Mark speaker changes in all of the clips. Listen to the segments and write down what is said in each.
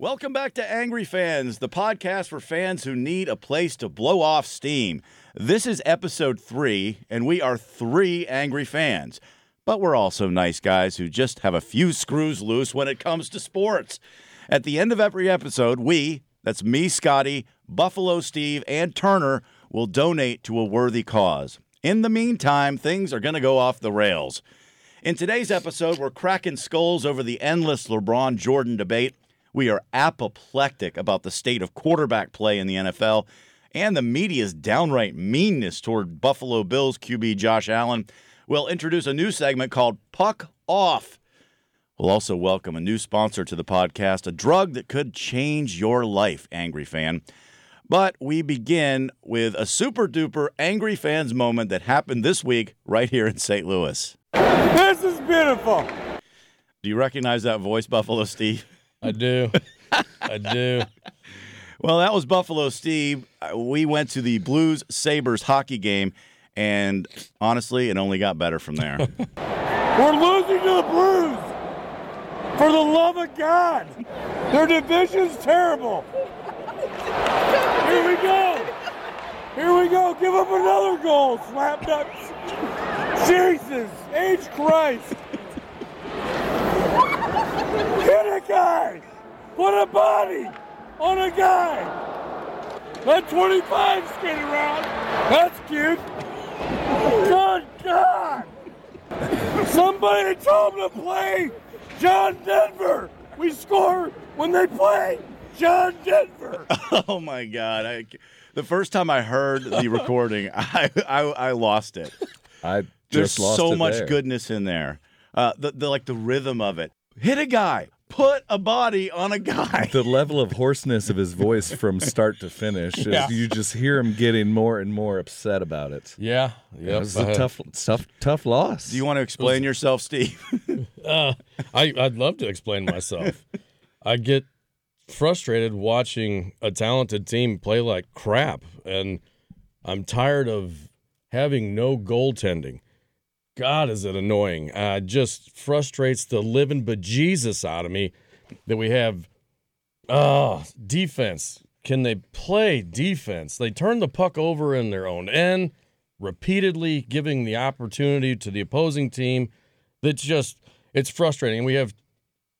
Speaker 1: Welcome back to Angry Fans, the podcast for fans who need a place to blow off steam. This is episode three, and we are three angry fans. But we're also nice guys who just have a few screws loose when it comes to sports. At the end of every episode, we, that's me, Scotty, Buffalo Steve, and Turner, will donate to a worthy cause. In the meantime, things are going to go off the rails. In today's episode, we're cracking skulls over the endless LeBron Jordan debate. We are apoplectic about the state of quarterback play in the NFL and the media's downright meanness toward Buffalo Bills QB Josh Allen. We'll introduce a new segment called Puck Off. We'll also welcome a new sponsor to the podcast, a drug that could change your life, angry fan. But we begin with a super duper angry fans moment that happened this week right here in St. Louis.
Speaker 2: This is beautiful.
Speaker 1: Do you recognize that voice, Buffalo Steve?
Speaker 3: I do. I do.
Speaker 1: Well, that was Buffalo Steve. Uh, We went to the Blues Sabres hockey game, and honestly, it only got better from there.
Speaker 2: We're losing to the Blues. For the love of God. Their division's terrible. Here we go. Here we go. Give up another goal, slapnuts. Jesus. H. Christ. Hit a guy. Put a body on a guy. That 25 skate around. That's cute. Good God. Somebody told him to play John Denver. We score when they play John Denver.
Speaker 1: oh my God! I, the first time I heard the recording, I, I I lost it.
Speaker 3: I just
Speaker 1: There's
Speaker 3: lost
Speaker 1: so
Speaker 3: it
Speaker 1: much
Speaker 3: there.
Speaker 1: goodness in there. Uh, the, the like the rhythm of it. Hit a guy. Put a body on a guy.
Speaker 3: The level of hoarseness of his voice from start to finish is you just hear him getting more and more upset about it.
Speaker 4: Yeah, yeah.
Speaker 3: It was a tough, tough, tough loss.
Speaker 1: Do you want to explain yourself, Steve?
Speaker 4: Uh, I I'd love to explain myself. I get frustrated watching a talented team play like crap, and I'm tired of having no goaltending. God, is it annoying? Uh, it just frustrates the living bejesus out of me that we have. Oh, defense. Can they play defense? They turn the puck over in their own end, repeatedly giving the opportunity to the opposing team. That's just, it's frustrating. We have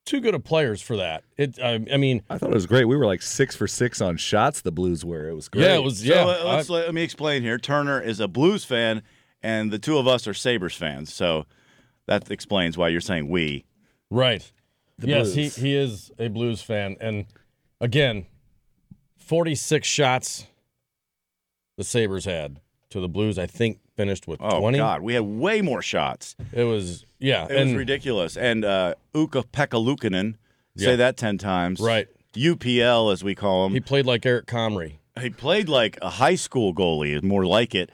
Speaker 4: too good of players for that. It, I, I mean,
Speaker 3: I thought it was great. We were like six for six on shots. The Blues were. It was great.
Speaker 4: yeah, it was, yeah.
Speaker 1: So, uh,
Speaker 4: I-
Speaker 1: let's, let, me explain here. Turner is a Blues fan, and the two of us are Sabres fans. So that explains why you're saying we.
Speaker 4: Right. yes,
Speaker 3: Blues.
Speaker 4: he he is a Blues fan, and again, forty six shots the Sabers had to the Blues. I think finished with
Speaker 1: Oh
Speaker 4: twenty.
Speaker 1: God, we had way more shots.
Speaker 4: It was yeah,
Speaker 1: It
Speaker 4: and
Speaker 1: was ridiculous. And uh, Uka Pekalukinen, say
Speaker 4: Yeah.
Speaker 1: that ten times.
Speaker 4: Right.
Speaker 1: UPL as we call him.
Speaker 4: he played like Eric Comrie.
Speaker 1: He played like a high school goalie, is more like it.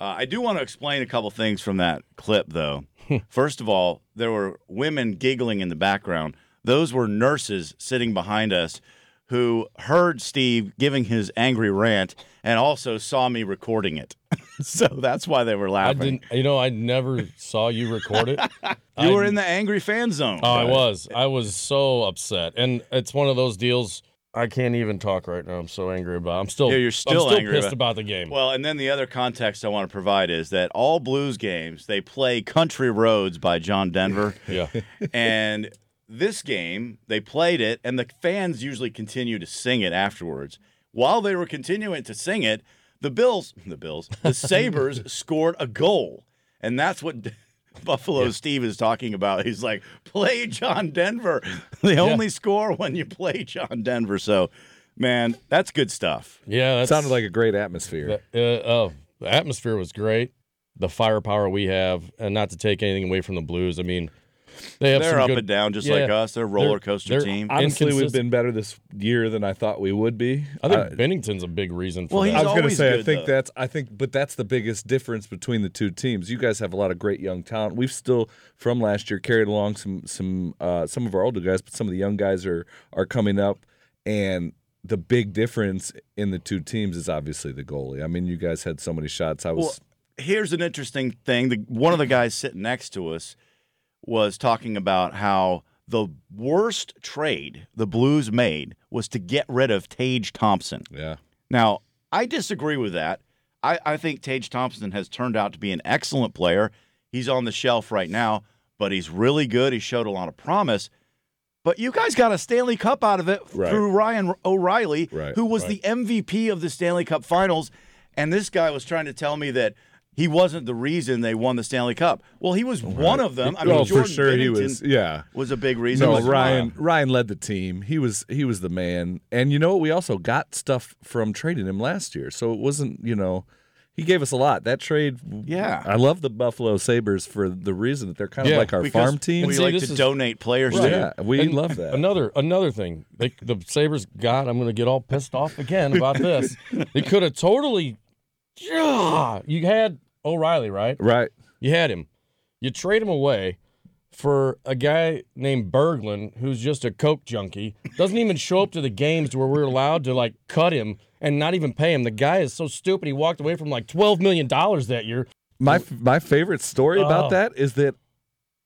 Speaker 1: Uh, I do want to explain a couple things from that clip, though. First of all, there were women giggling in the background. Those were nurses sitting behind us who heard Steve giving his angry rant and also saw me recording it. so that's why they were
Speaker 4: I
Speaker 1: laughing.
Speaker 4: didn't, you know, I never saw you record it.
Speaker 1: you
Speaker 4: I-
Speaker 1: were in the angry fan zone.
Speaker 4: Oh, I was. I was so upset, and it's one of those deals. I can't even talk right now. I'm so angry about. I'm still.
Speaker 1: Yeah, you're still
Speaker 4: I'm still
Speaker 1: angry about-
Speaker 4: pissed about, the game.
Speaker 1: Well, and then the other context I want to provide is that all blues games they play "Country Roads" by John Denver.
Speaker 4: yeah.
Speaker 1: and this game they played it and the fans usually continue to sing it afterwards while they were continuing to sing it the bills the bills the sabres scored a goal and that's what buffalo steve is talking about he's like play john denver they only score when you play john denver so man that's good stuff
Speaker 4: Yeah.
Speaker 3: It
Speaker 4: That's,
Speaker 3: sounded like a great atmosphere.
Speaker 4: The, uh, oh, the atmosphere was great. The firepower we have, and not to take anything away from the Blues. I mean, they have
Speaker 1: they're
Speaker 4: some
Speaker 1: up
Speaker 4: good.
Speaker 1: and down just
Speaker 4: Yeah.
Speaker 1: like us they're a roller coaster
Speaker 4: they're-
Speaker 1: team
Speaker 3: Honestly, we've
Speaker 4: Inconsistent.
Speaker 3: been better this year than I thought we would be.
Speaker 4: I think
Speaker 3: Uh,
Speaker 4: Bennington's a big reason for
Speaker 1: Well,
Speaker 4: that.
Speaker 1: he's
Speaker 3: I was gonna
Speaker 1: always
Speaker 3: say, I
Speaker 1: good,
Speaker 3: think
Speaker 1: though.
Speaker 3: that's, I think, but that's the biggest difference between the two teams. You guys have a lot of great young talent. We've still, from last year, carried along some, some, uh, some of our older guys, but some of the young guys are are coming up, and the big difference in the two teams is obviously the goalie. I mean, you guys had so many shots. I was,
Speaker 1: Well, here's an interesting thing. The, one of the guys sitting next to us was talking about how the worst trade the Blues made was to get rid of Tage Thompson.
Speaker 3: Yeah.
Speaker 1: Now, I disagree with that. I, I think Tage Thompson has turned out to be an excellent player. He's on the shelf right now, but he's really good. He showed a lot of promise. But you guys got a Stanley Cup out of it
Speaker 3: Right.
Speaker 1: through Ryan O'Reilly,
Speaker 3: Right,
Speaker 1: who was
Speaker 3: right.
Speaker 1: the MVP of the Stanley Cup Finals. And this guy was trying to tell me that he wasn't the reason they won the Stanley Cup. Well, he was one of them. I mean,
Speaker 3: oh,
Speaker 1: Jordan
Speaker 3: for sure he
Speaker 1: Bennington
Speaker 3: was. Yeah.
Speaker 1: was a big reason. uh,
Speaker 3: No,
Speaker 1: but-
Speaker 3: Ryan. Ryan led the team. He was he was the man. And you know what? We also got stuff from trading him last year, so it wasn't you know. He gave us a lot. That trade,
Speaker 1: Yeah.
Speaker 3: I love the Buffalo Sabers for the reason that they're kind of
Speaker 4: Yeah,
Speaker 3: like our
Speaker 1: because
Speaker 3: farm team.
Speaker 1: We
Speaker 4: See,
Speaker 1: like
Speaker 4: this
Speaker 1: to
Speaker 4: is-
Speaker 1: donate players to.
Speaker 3: Yeah, we
Speaker 4: And
Speaker 3: love that.
Speaker 4: Another another thing, they, the Sabers got. I'm going to get all pissed off again about this. They could have totally. Yeah, you had O'Reilly, right?
Speaker 3: right?
Speaker 4: You had him. You trade him away for a guy named Berglund, who's just a coke junkie. Doesn't even show up to the games to where we're allowed to like cut him and not even pay him. The guy is so stupid. He walked away from like twelve million dollars that year.
Speaker 3: My my favorite story
Speaker 4: Oh.
Speaker 3: about that is that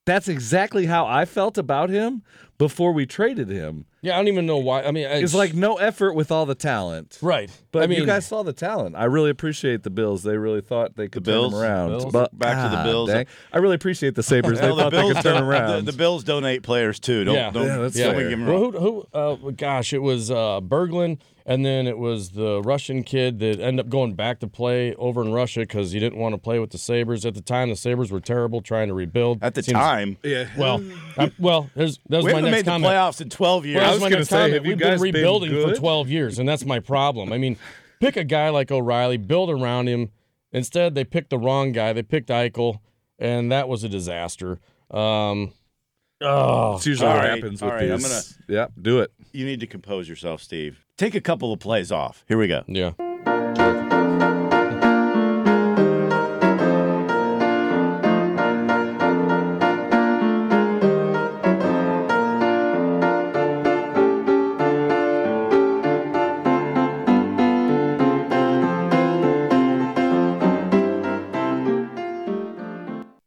Speaker 3: that's exactly how I felt about him before we traded him.
Speaker 4: Yeah, I don't even know why. I mean,
Speaker 3: It's like no effort with all the talent.
Speaker 4: right.
Speaker 3: But
Speaker 4: I mean,
Speaker 3: you guys saw the talent. I really appreciate the Bills. They really thought they could
Speaker 1: The Bills?
Speaker 3: turn 'em around.
Speaker 4: Bills?
Speaker 3: But
Speaker 1: Back to the
Speaker 3: God
Speaker 1: Bills.
Speaker 3: dang. I really appreciate the Sabers. they
Speaker 1: Well,
Speaker 3: thought they could turn
Speaker 1: don-
Speaker 3: 'em around.
Speaker 1: the- the Bills donate players too. Don't
Speaker 4: Yeah.
Speaker 1: don't,
Speaker 3: Yeah, that's
Speaker 1: don't
Speaker 3: fair.
Speaker 1: give them wrong.
Speaker 4: Well, who, who uh, gosh, it was uh, Berglund, and then it was the Russian kid that ended up going back to play over in Russia because he didn't want to play with the Sabers at the time. The Sabers were terrible, trying to rebuild
Speaker 1: at the
Speaker 4: Seems-
Speaker 1: time.
Speaker 3: yeah.
Speaker 4: Well, I, well, there's that was
Speaker 1: We
Speaker 4: my
Speaker 1: haven't
Speaker 4: next
Speaker 1: made the
Speaker 4: comment.
Speaker 1: playoffs in 12 years.
Speaker 4: Well, that
Speaker 3: I
Speaker 4: was
Speaker 3: was
Speaker 4: my
Speaker 3: gonna
Speaker 4: next
Speaker 3: say,
Speaker 4: comment.
Speaker 3: have you
Speaker 4: We've
Speaker 3: guys
Speaker 4: been
Speaker 3: been
Speaker 4: rebuilding for
Speaker 3: good?
Speaker 4: 12 years, and that's my problem. I mean, pick a guy like O'Reilly, build around him. Instead, they picked the wrong guy. They picked Eichel, and that was a disaster. Um, oh,
Speaker 3: That's usually
Speaker 1: All
Speaker 3: what
Speaker 1: right,
Speaker 3: happens
Speaker 1: all
Speaker 3: with
Speaker 1: right, I'm
Speaker 3: these. yeah, do it.
Speaker 1: you need to compose yourself, Steve. Take a couple of plays off. Here we go.
Speaker 4: yeah.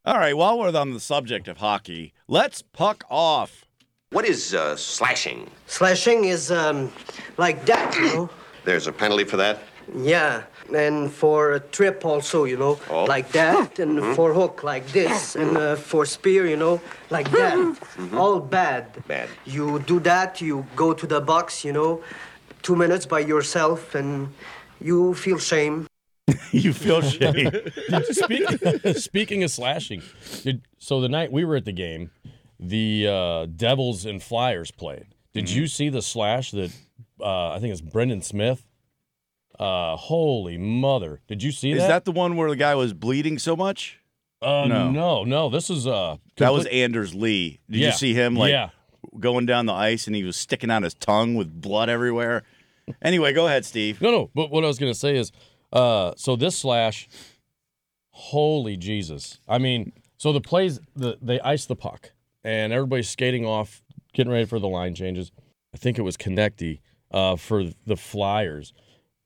Speaker 1: All right, while we're on the subject of hockey, let's puck off.
Speaker 5: What is uh, slashing?
Speaker 6: Slashing is um, like that, you know.
Speaker 5: There's a penalty for that?
Speaker 6: Yeah, and for a trip also, you know,
Speaker 5: Oh. Mm-hmm.
Speaker 6: like that, and for hook like this, and uh, for spear, you know, like that. All bad.
Speaker 5: Mm-hmm. Bad.
Speaker 6: You do that, you go to the box, you know, two minutes by yourself, and you feel shame.
Speaker 1: you feel shame.
Speaker 4: speaking, speaking of slashing, did, so the night we were at the game, the uh, Devils and Flyers played. Did you see the slash that uh, I think it's Brendan Smith? Uh, holy mother! Did you see
Speaker 1: Is that the one where the guy was bleeding so much?
Speaker 4: uh,
Speaker 1: no.
Speaker 4: no. no, This is uh,
Speaker 1: That was
Speaker 4: complete-
Speaker 1: Anders Lee. Did
Speaker 4: Yeah.
Speaker 1: you see him like
Speaker 4: yeah.
Speaker 1: going down the ice and he was sticking out his tongue with blood everywhere? Anyway, go ahead, Steve.
Speaker 4: No, no. But what I was gonna say is, uh, so this slash, holy Jesus! I mean, so the plays, the they ice the puck, and everybody's skating off, getting ready for the line changes. I think it was Konecny, uh for the Flyers,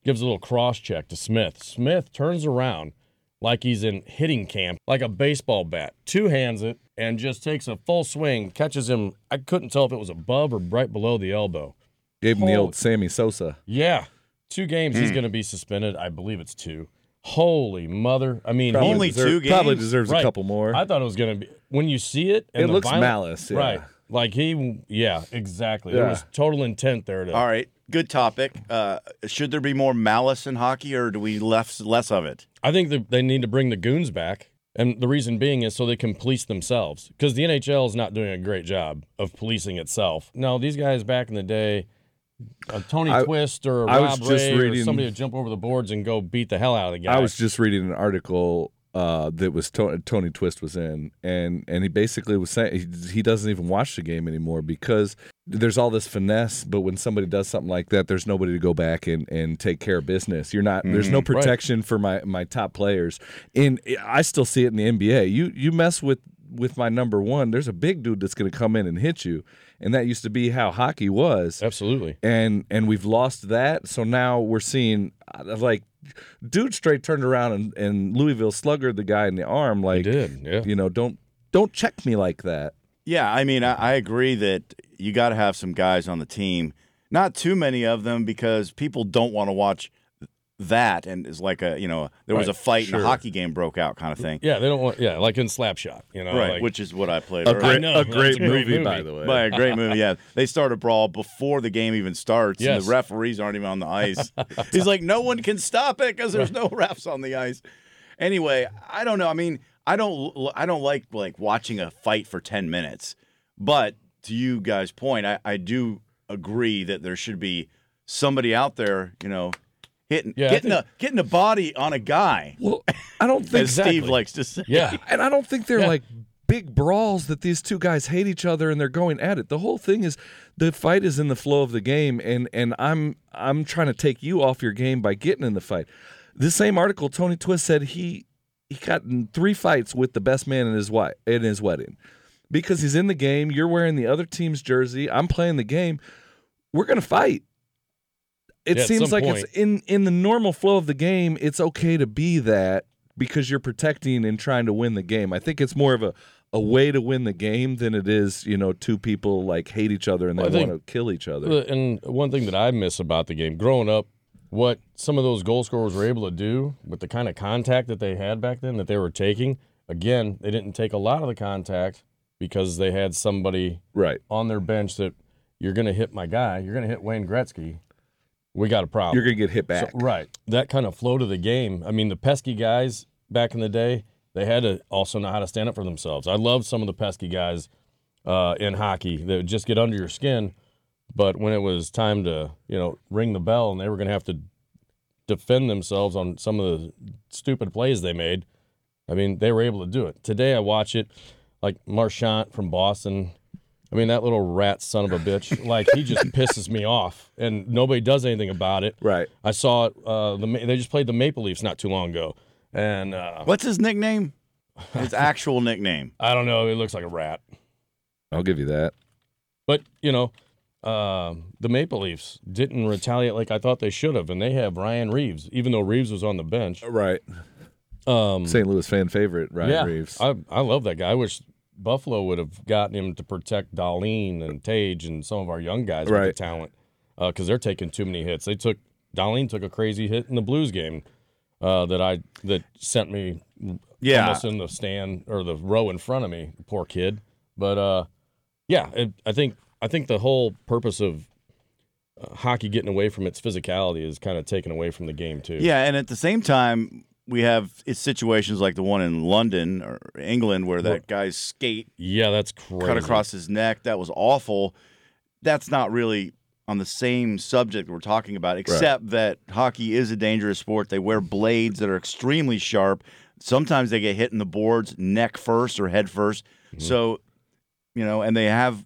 Speaker 4: gives a little cross check to Smith. Smith turns around like he's in hitting camp, like a baseball bat, two hands it, and just takes a full swing, catches him. I couldn't tell if it was above or right below the elbow.
Speaker 3: Gave him the
Speaker 4: Holy-
Speaker 1: Oh.
Speaker 3: old Sammy Sosa.
Speaker 4: Yeah. Two games he's
Speaker 3: Hmm.
Speaker 4: going to be suspended. I believe it's two. Holy mother. I mean,
Speaker 1: Probably
Speaker 4: he-
Speaker 1: Only
Speaker 3: deserve-
Speaker 1: two
Speaker 3: Probably
Speaker 1: games?
Speaker 3: deserves
Speaker 4: Right.
Speaker 3: a couple more.
Speaker 4: I thought it was going to be when you see it. And
Speaker 3: It
Speaker 4: the
Speaker 3: looks
Speaker 4: violent-
Speaker 3: malice, yeah.
Speaker 4: Right. Like he, yeah, exactly. There
Speaker 3: Yeah.
Speaker 4: was total intent there to.
Speaker 1: All right, good topic. Uh, should there be more malice in hockey or do we less less of it?
Speaker 4: I think that they need to bring the goons back. And the reason being is so they can police themselves because the NHL is not doing a great job of policing itself. No, these guys back in the day, a Tony
Speaker 3: I-
Speaker 4: Twist or a
Speaker 3: I was
Speaker 4: Rob
Speaker 3: just
Speaker 4: Ray or
Speaker 3: reading-
Speaker 4: somebody would jump over the boards and go beat the hell out of the guy.
Speaker 3: I was just reading an article uh, that was to- Tony Twist was in, and and he basically was saying he, he doesn't even watch the game anymore because there's all this finesse, but when somebody does something like that, there's nobody to go back and, and take care of business. You're not there's
Speaker 4: Mm,
Speaker 3: no protection for my my top players, and I still see it in the NBA. You you mess with with my number one, there's a big dude that's going to come in and hit you, and that used to be how hockey was
Speaker 4: Absolutely.
Speaker 3: and and we've lost that. So now we're seeing uh, like dude straight turned around and, and Louisville sluggered the guy in the arm like
Speaker 4: He did. Yeah.
Speaker 3: you know don't don't check me like that.
Speaker 1: Yeah, I mean, I, I agree that you got to have some guys on the team. Not too many of them because people don't want to watch that. And it's like a, you know, there was a
Speaker 4: Right,
Speaker 1: fight and
Speaker 4: sure.
Speaker 1: a hockey game broke out kind of thing.
Speaker 4: Yeah, they don't want. Yeah, like in Slapshot, you know,
Speaker 1: right.
Speaker 4: like-
Speaker 1: which is what I played.
Speaker 3: A
Speaker 1: earlier.
Speaker 3: great,
Speaker 4: know,
Speaker 3: a
Speaker 4: that's
Speaker 3: great
Speaker 4: a great
Speaker 3: movie,
Speaker 4: movie.
Speaker 3: by the way.
Speaker 1: By a great movie, yeah. They start a brawl before the game even starts, and
Speaker 4: Yes.
Speaker 1: the referees aren't even on the ice. He's like, no one can stop it because there's no refs on the ice. Anyway, I don't know. I mean, I don't, l- I don't like like watching a fight for ten minutes. But to you guys' point, I, I do agree that there should be somebody out there, you know, hitting,
Speaker 4: Yeah, I
Speaker 1: getting a getting a body on a guy,
Speaker 3: Well, I don't think
Speaker 1: as
Speaker 4: Exactly.
Speaker 1: Steve likes to say.
Speaker 4: yeah,
Speaker 3: And I don't think they're
Speaker 4: Yeah.
Speaker 3: like big brawls that these two guys hate each other and they're going at it. The whole thing is the fight is in the flow of the game and and I'm I'm trying to take you off your game by getting in the fight. This same article Tony Twist said he he got in three fights with the best man in his wife in his wedding. Because he's in the game, you're wearing the other team's jersey, I'm playing the game. We're going to fight. It
Speaker 4: Yeah, at some
Speaker 3: seems like
Speaker 4: point.
Speaker 3: it's in in the normal flow of the game, it's okay to be that because you're protecting and trying to win the game. I think it's more of a a way to win the game than it is, you know, two people like hate each other and they
Speaker 4: Well, I think-
Speaker 3: want to kill each other.
Speaker 4: Uh, And one thing that I miss about the game growing up, what some of those goal scorers were able to do with the kind of contact that they had back then that they were taking. Again, they didn't take a lot of the contact because they had somebody
Speaker 3: right.
Speaker 4: on their bench that you're going to hit my guy, you're going to hit Wayne Gretzky. We got a problem.
Speaker 3: You're going to get hit back.
Speaker 4: So- right. That kind of flow to the game. I mean, the pesky guys back in the day, they had to also know how to stand up for themselves. I love some of the pesky guys uh, in hockey that would just get under your skin. But when it was time to, you know, ring the bell and they were going to have to defend themselves on some of the stupid plays they made, I mean, they were able to do it. Today, I watch it like Marchant from Boston. I mean, that little rat son of a bitch, like, he just pisses me off and nobody does anything about it.
Speaker 3: Right.
Speaker 4: I saw it. Uh, the, Ma- they just played the Maple Leafs not too long ago, and uh,
Speaker 1: What's his nickname? His actual nickname.
Speaker 4: I don't know. It looks like a rat,
Speaker 3: I'll give you that.
Speaker 4: but you know, um the Maple Leafs didn't retaliate like I thought they should have, and they have Ryan Reeves, even though Reeves was on the bench.
Speaker 3: Right.
Speaker 4: Um,
Speaker 3: St. Louis fan favorite, Ryan
Speaker 4: yeah,
Speaker 3: Reeves.
Speaker 4: I I love that guy. I wish Buffalo would have gotten him to protect Darlene and Tage and some of our young guys with
Speaker 3: Right.
Speaker 4: the talent, because they're taking too many hits. They took Darlene took a crazy hit in the Blues game. Uh, that I that sent me
Speaker 1: Yeah,
Speaker 4: almost in the stand or the row in front of me. Poor kid. But uh, yeah, it, I think I think the whole purpose of uh, hockey getting away from its physicality is kind of taken away from the game too.
Speaker 1: Yeah, and at the same time, we have it's situations like the one in London or England where that guy's skate
Speaker 4: yeah, that's crazy.
Speaker 1: cut across his neck. That was awful. That's not really on the same subject we're talking about, except that hockey is a dangerous sport. They wear blades that are extremely sharp. Sometimes they get hit in the boards neck first or head 1st
Speaker 3: Mm-hmm.
Speaker 1: So, you know, and they have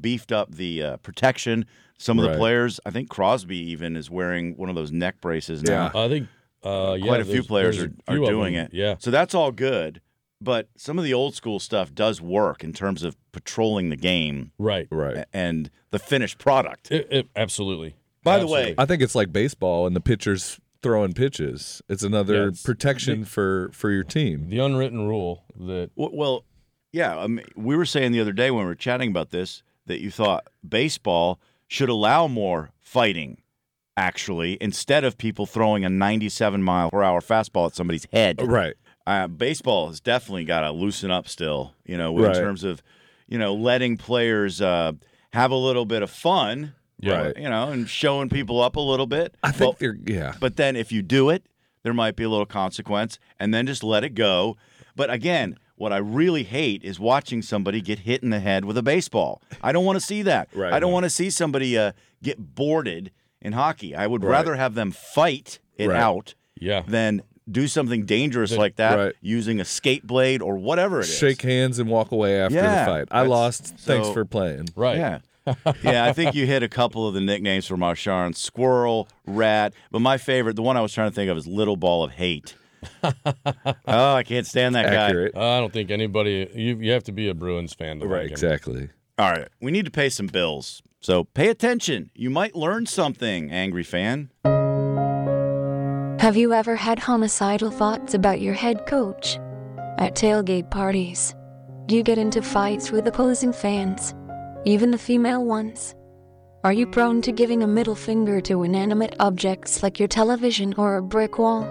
Speaker 1: beefed up the uh, protection. Some of
Speaker 3: Right.
Speaker 1: the players, I think Crosby even is wearing one of those neck braces now.
Speaker 3: Yeah.
Speaker 4: I think uh, yeah,
Speaker 1: Quite a few
Speaker 4: there's-
Speaker 1: players
Speaker 4: there's
Speaker 1: are,
Speaker 4: a
Speaker 1: are
Speaker 4: few of
Speaker 1: doing
Speaker 4: them.
Speaker 1: it.
Speaker 4: Yeah,
Speaker 1: So that's all good. But some of the old school stuff does work in terms of patrolling the game
Speaker 4: right.
Speaker 3: right.
Speaker 1: a- and the finished product.
Speaker 4: It, it, absolutely.
Speaker 1: By the way-
Speaker 3: I think it's like baseball and the pitchers throwing pitches. It's another
Speaker 4: Yeah, it's-
Speaker 3: protection for for your team.
Speaker 4: the unwritten rule that
Speaker 1: W- Well, yeah. I mean, we were saying the other day when we were chatting about this that you thought baseball should allow more fighting, actually, instead of people throwing a 97 mile per hour fastball at somebody's head.
Speaker 3: Right.
Speaker 1: uh, baseball has definitely got to loosen up still, you know, in
Speaker 3: Right.
Speaker 1: terms of, you know, letting players uh, have a little bit of fun,
Speaker 4: Yeah.
Speaker 3: Right.
Speaker 1: you know, and showing people up a little bit.
Speaker 3: I think
Speaker 1: but,
Speaker 3: they're yeah.
Speaker 1: but then if you do it, there might be a little consequence, and then just let it go. But again, what I really hate is watching somebody get hit in the head with a baseball. I don't want to see that.
Speaker 3: Right.
Speaker 1: I don't want to see somebody uh, get boarded in hockey. I would rather have them fight it
Speaker 3: Right.
Speaker 1: out
Speaker 4: yeah
Speaker 1: then do something dangerous like that
Speaker 3: right.
Speaker 1: using a skate blade or whatever it is.
Speaker 3: Shake hands and walk away after
Speaker 1: Yeah,
Speaker 3: the fight. I
Speaker 1: that's-
Speaker 3: lost. Thanks
Speaker 1: so-
Speaker 3: for playing.
Speaker 4: right.
Speaker 1: Yeah. yeah, I think you hit a couple of the nicknames for Marshawn Squirrel, Rat, but my favorite, the one I was trying to think of, is Little Ball of Hate. oh, I can't stand that
Speaker 3: Accurate.
Speaker 4: I don't think anybody. You, you have to be a Bruins fan to
Speaker 3: right.
Speaker 4: like him.
Speaker 3: Exactly.
Speaker 1: guy. All right, we need to pay some bills. So pay attention. You might learn something, angry fan.
Speaker 7: Have you ever had homicidal thoughts about your head coach? At tailgate parties, You get into fights with opposing fans, even the female ones. Are you prone to giving a middle finger to inanimate objects like your television or a brick wall?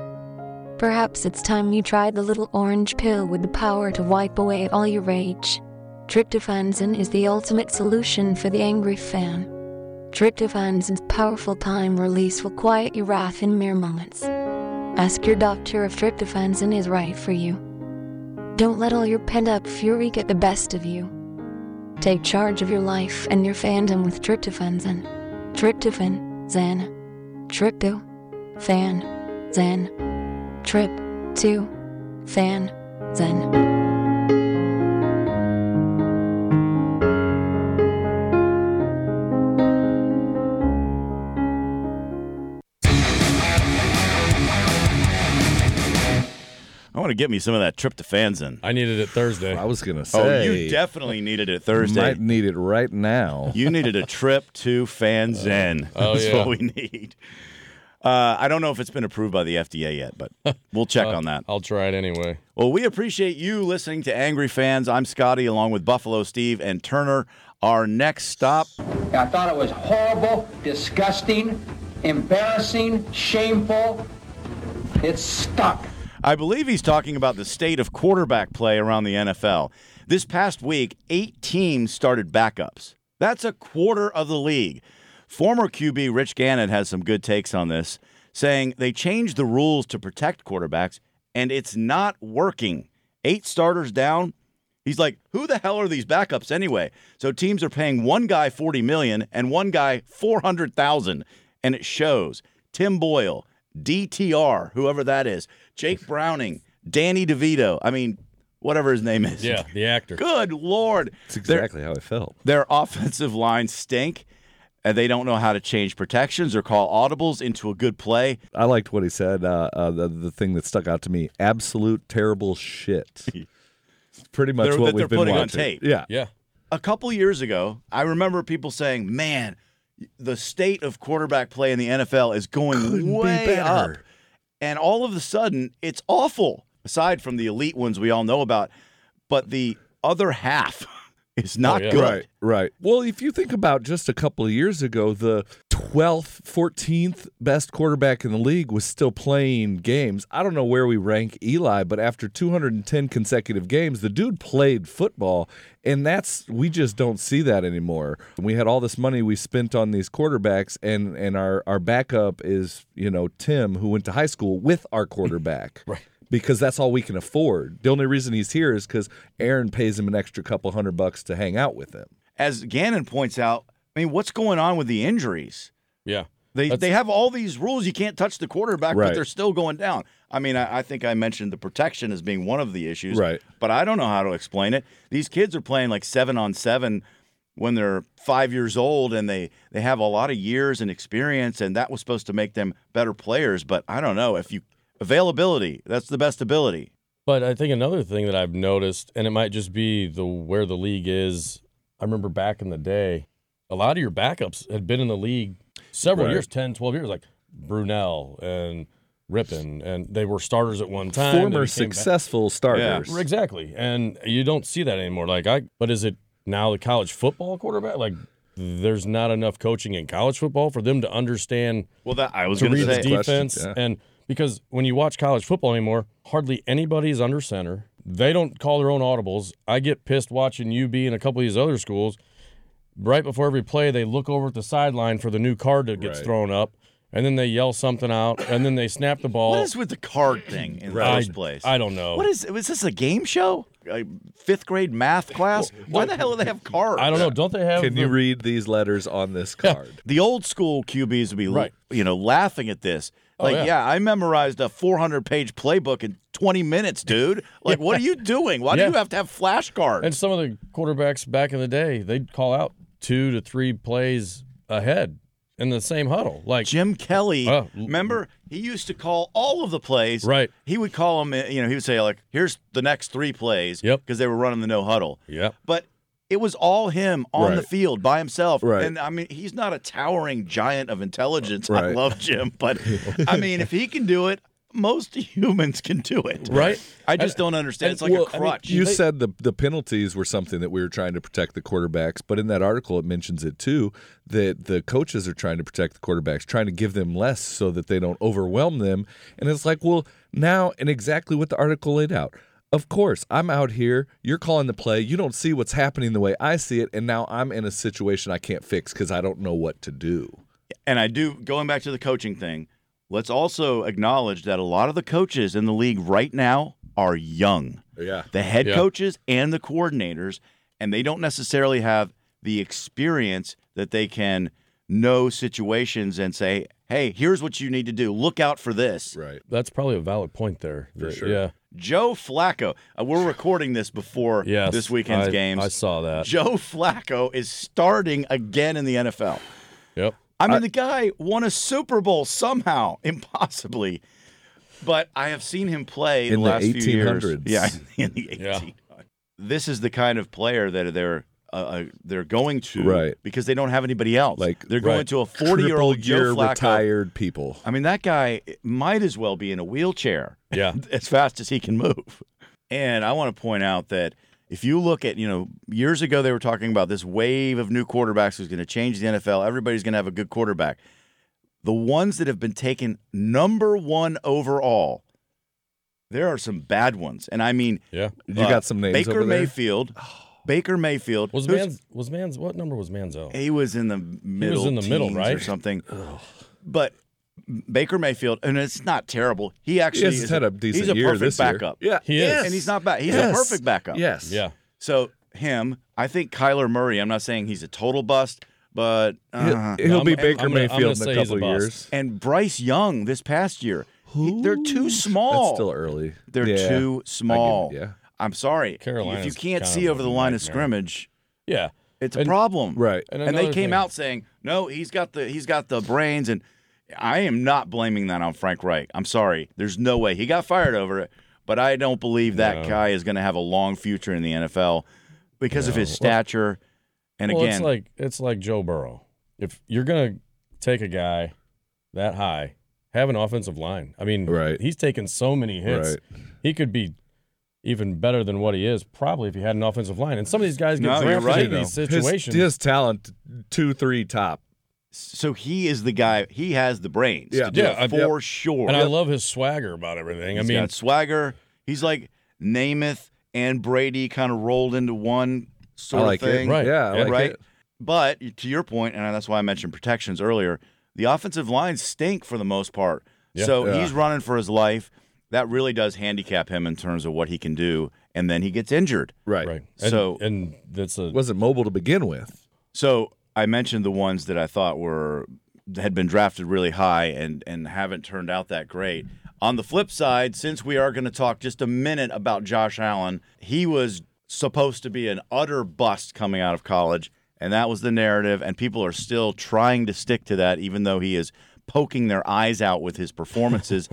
Speaker 7: Perhaps it's time you tried the little orange pill with the power to wipe away all your rage. Tryptophansin is the ultimate solution for the angry fan. Tryptophansin's powerful time release will quiet your wrath in mere moments. Ask your doctor if tryptophansin is right for you. Don't let all your pent up fury get the best of you. Take charge of your life and your fandom with tryptophan zen. Tryptophan zen. Trypto. Fan. Zen. Trip. To. Fan. Zen.
Speaker 1: I want to get me some of that tryptophansin.
Speaker 4: I needed it Thursday.
Speaker 3: I was gonna say.
Speaker 1: Oh, you definitely needed it Thursday.
Speaker 3: might need it right now.
Speaker 1: You needed a trip to Fanzen.
Speaker 4: oh,
Speaker 1: That's
Speaker 4: yeah.
Speaker 1: what we need. Uh, I don't know if it's been approved by the FDA yet, but we'll check on that.
Speaker 4: I'll try it anyway.
Speaker 1: Well, we appreciate you listening to Angry Fans. I'm Scotty, along with Buffalo Steve and Turner. Our next stop.
Speaker 8: I thought it was horrible, disgusting, embarrassing, shameful. It stuck.
Speaker 1: I believe he's talking about the state of quarterback play around the NFL. This past week, eight teams started backups. That's a quarter of the league. Former QB Rich Gannon has some good takes on this, saying they changed the rules to protect quarterbacks and it's not working. Eight starters down. He's like, "Who the hell are these backups anyway?" So teams are paying one guy 40 million and one guy 400,000 and it shows. Tim Boyle, DTR, whoever that is, Jake Browning, Danny DeVito, I mean, whatever his name is.
Speaker 4: Yeah, the actor.
Speaker 1: Good lord.
Speaker 3: That's exactly how I felt.
Speaker 1: Their offensive lines stink and they don't know how to change protections or call audibles into a good play.
Speaker 3: I liked what he said. Uh, uh, the, the thing that stuck out to me: absolute terrible shit. It's pretty much
Speaker 1: They're-
Speaker 3: what
Speaker 1: that
Speaker 3: we've
Speaker 1: they're
Speaker 3: been
Speaker 1: putting on
Speaker 3: watching.
Speaker 1: tape.
Speaker 3: Yeah,
Speaker 4: Yeah.
Speaker 1: a couple years ago, I remember people saying, "Man, the state of quarterback play in the NFL is going way up."
Speaker 3: better.
Speaker 1: And all of a sudden, it's awful. Aside from the elite ones we all know about, but the other half is not
Speaker 4: yeah.
Speaker 1: good.
Speaker 3: Right, right. Well, if you think about just a couple of years ago, the 12th, 14th best quarterback in the league was still playing games. I don't know where we rank Eli, but after 210 consecutive games, the dude played football. And that's, we just don't see that anymore. We had all this money we spent on these quarterbacks, and, and our, our backup is, you know, Tim, who went to high school with our quarterback. right because that's all we can afford. The only reason he's here is because Aaron pays him an extra couple hundred bucks to hang out with him.
Speaker 1: As Gannon points out, I mean, what's going on with the injuries?
Speaker 4: Yeah.
Speaker 1: They
Speaker 4: That's-
Speaker 1: they have all these rules. You can't touch the quarterback, but
Speaker 3: Right.
Speaker 1: they're still going down. I mean, I, I think I mentioned the protection as being one of the issues.
Speaker 3: Right.
Speaker 1: But I don't know how to explain it. These kids are playing like seven on seven when they're five years old and they, they have a lot of years and experience and that was supposed to make them better players, but I don't know if you availability, that's the best ability.
Speaker 4: But I think another thing that I've noticed, and it might just be the where the league is. I remember back in the day, a lot of your backups had been in the league several
Speaker 3: Right.
Speaker 4: years, 10, 12 years, like Brunel and Rippon, and they were starters at one time. they
Speaker 3: Former
Speaker 4: became back-
Speaker 3: successful starters.
Speaker 4: Right, Exactly. And you don't see that anymore. Like I but is it now the college football quarterback? Like there's not enough coaching in college football for them to understand
Speaker 1: Well that I was
Speaker 4: to
Speaker 1: gonna say
Speaker 4: read the
Speaker 3: That's a question,
Speaker 4: defense.
Speaker 3: yeah.
Speaker 4: And because when you watch college football anymore, hardly anybody's under center. They don't call their own audibles. I get pissed watching UB and a couple of these other schools. Right before every play, they look over at the sideline for the new card that gets
Speaker 3: Right.
Speaker 4: thrown up, and then they yell something out, and then they snap the ball.
Speaker 1: what is with the card thing in the
Speaker 4: I,
Speaker 1: first place?
Speaker 4: I don't know.
Speaker 1: what is was this a game show? A fifth grade math class? Why the hell do they have cards?
Speaker 4: I don't know. Don't they have?
Speaker 3: Can
Speaker 4: the-
Speaker 3: you read these letters on this card?
Speaker 1: the old school QBs would be
Speaker 4: Right. Oh,
Speaker 1: you know laughing at this. Like,
Speaker 4: yeah.
Speaker 1: yeah. I memorized a 400 page playbook in 20 minutes, dude. Like, what are you doing? Why
Speaker 4: Yeah.
Speaker 1: do you have to have flashcards?
Speaker 4: And some of the quarterbacks back in the day, they'd call out two to three plays ahead in the same huddle. Like
Speaker 1: Jim Kelly,
Speaker 4: Uh,
Speaker 1: remember, he used to call all of the plays.
Speaker 4: Right.
Speaker 1: He would call them, you know, he would say, like, here's the next three plays.
Speaker 4: Yep.
Speaker 1: Because they were running the no huddle.
Speaker 4: Yep.
Speaker 1: But it was all him on the
Speaker 3: Right.
Speaker 1: field by himself.
Speaker 3: Right.
Speaker 1: And I mean, he's not a towering giant of intelligence. I
Speaker 3: Right.
Speaker 1: love Jim, but I mean, if he can do it, most humans can do it.
Speaker 4: Right?
Speaker 1: I just
Speaker 4: And-
Speaker 1: don't understand.
Speaker 4: and-
Speaker 1: It's like
Speaker 4: well,
Speaker 1: a
Speaker 4: I mean,
Speaker 1: crutch.
Speaker 3: You said the the penalties were something that we were trying to protect the quarterbacks, but in that article it mentions it too that the coaches are trying to protect the quarterbacks, trying to give them less so that they don't overwhelm them. And it's like, well, now and exactly what the article laid out. Of course, I'm out here. You're calling the play. You don't see what's happening the way I see it, and now I'm in a situation I can't fix because I don't know what to do.
Speaker 1: and I do going back to the coaching thing. Let's also acknowledge that a lot of the coaches in the league right now are young.
Speaker 3: Yeah.
Speaker 1: The head
Speaker 4: Yeah.
Speaker 1: coaches and the coordinators, and they don't necessarily have the experience that they can know situations and say, "Hey, here's what you need to do. Look out for this."
Speaker 3: Right.
Speaker 4: That's probably a valid point there. For
Speaker 3: sure.
Speaker 4: Yeah.
Speaker 1: Joe Flacco. uh, we're recording this before
Speaker 4: Yes,
Speaker 1: this weekend's
Speaker 4: I-
Speaker 1: games.
Speaker 4: I saw that.
Speaker 1: Joe Flacco is starting again in the NFL.
Speaker 4: Yep.
Speaker 1: I mean, the guy won a Super Bowl somehow, impossibly. But I have seen him play
Speaker 3: In
Speaker 1: the
Speaker 3: the
Speaker 1: last few years.
Speaker 3: 1800s.
Speaker 1: Yeah, in the 18.
Speaker 4: Yeah.
Speaker 1: This is the kind of player that they're uh, uh, they're going to,
Speaker 3: Right.
Speaker 1: Because they don't have anybody else.
Speaker 3: Like
Speaker 1: they're going
Speaker 3: right,
Speaker 1: to a 40 year old
Speaker 3: crippled
Speaker 1: Joe
Speaker 3: year
Speaker 1: Flacco.
Speaker 3: retired people.
Speaker 1: I mean, that guy might as well be in a wheelchair
Speaker 4: Yeah.
Speaker 1: as fast as he can move. And I want to point out that if you look at, you know, years ago they were talking about this wave of new quarterbacks who's going to change the NFL. Everybody's going to have a good quarterback. The ones that have been taken number one overall, there are some bad ones. And I mean,
Speaker 4: Yeah.
Speaker 3: You got some names
Speaker 1: Baker
Speaker 3: over there?
Speaker 1: Mayfield. Baker Mayfield.
Speaker 4: Was
Speaker 1: who's-
Speaker 4: man's was man's what number was Manzo?
Speaker 1: he was in the middle.
Speaker 4: in the middle,
Speaker 1: teens Or
Speaker 4: right?
Speaker 1: something. but Baker Mayfield, and it's not terrible. He
Speaker 3: He
Speaker 1: actually
Speaker 3: has
Speaker 1: is
Speaker 3: had
Speaker 1: a-
Speaker 3: a decent
Speaker 1: he's a
Speaker 3: year
Speaker 1: perfect
Speaker 3: this year.
Speaker 1: backup.
Speaker 3: Yeah,
Speaker 4: He is.
Speaker 1: and he's not bad. He's
Speaker 3: Yes.
Speaker 1: a perfect backup.
Speaker 3: Yes.
Speaker 4: Yeah.
Speaker 1: So him, I think Kyler Murray. I'm not saying he's a total bust, but uh,
Speaker 3: He'll, he'll
Speaker 4: I'm-
Speaker 3: be
Speaker 4: I'm
Speaker 3: Baker
Speaker 4: gonna- I'm gonna
Speaker 3: Mayfield in
Speaker 4: say
Speaker 3: a
Speaker 4: he's a
Speaker 3: couple
Speaker 4: bust.
Speaker 3: years.
Speaker 1: and Bryce Young this past year, He- they're too small.
Speaker 3: That's still early.
Speaker 1: they're
Speaker 3: Yeah.
Speaker 1: too small.
Speaker 3: yeah.
Speaker 1: I'm sorry. if you
Speaker 4: Carolina's
Speaker 1: can't
Speaker 4: kind
Speaker 1: see
Speaker 4: of
Speaker 1: over the
Speaker 4: a
Speaker 1: line of
Speaker 4: nightmare.
Speaker 1: scrimmage,
Speaker 4: Yeah.
Speaker 1: it's a
Speaker 4: And-
Speaker 1: problem.
Speaker 3: Right.
Speaker 1: And,
Speaker 4: And
Speaker 1: they
Speaker 4: another
Speaker 1: came
Speaker 4: thing-
Speaker 1: out saying, "No, he's got the he's got the brains." And I am not blaming that on Frank Reich. I'm sorry. There's no way he got fired over it, but I don't believe that guy is going to have a long future in the NFL because of his stature. And
Speaker 4: well,
Speaker 1: again,
Speaker 4: it's like it's like Joe Burrow. If you're gonna take a guy that high, have an offensive line. I mean,
Speaker 3: Right.
Speaker 4: he's taken so many hits.
Speaker 3: Right.
Speaker 4: He could be even better than what he is, probably if he had an offensive line. And some of these guys get
Speaker 1: No, you're
Speaker 4: drafted
Speaker 1: right,
Speaker 4: in these
Speaker 3: His-
Speaker 4: situations.
Speaker 3: His, talent, two, three, top.
Speaker 1: so he is the guy. He has the brains.
Speaker 3: Yeah.
Speaker 1: to do
Speaker 4: Yeah,
Speaker 1: it
Speaker 4: I-
Speaker 1: for sure.
Speaker 4: and I love his swagger about everything. I
Speaker 1: He's
Speaker 4: mean,
Speaker 1: got swagger. He's like Namath and Brady kind of rolled into one sort
Speaker 3: I like
Speaker 1: of thing.
Speaker 3: it.
Speaker 4: Right.
Speaker 3: Yeah, I like
Speaker 1: right?
Speaker 3: it.
Speaker 1: But to your point, and that's why I mentioned protections earlier, the offensive lines stink for the most part. So
Speaker 3: Yeah.
Speaker 1: he's running for his life. That really does handicap him in terms of what he can do, and then he gets injured.
Speaker 3: Right.
Speaker 4: right. And,
Speaker 1: So-
Speaker 4: and that's a
Speaker 3: Wasn't mobile to begin with.
Speaker 1: So I mentioned the ones that I thought were had been drafted really high and and haven't turned out that great. On the flip side, since we are going to talk just a minute about Josh Allen, he was supposed to be an utter bust coming out of college, and that was the narrative and people are still trying to stick to that even though he is poking their eyes out with his performances.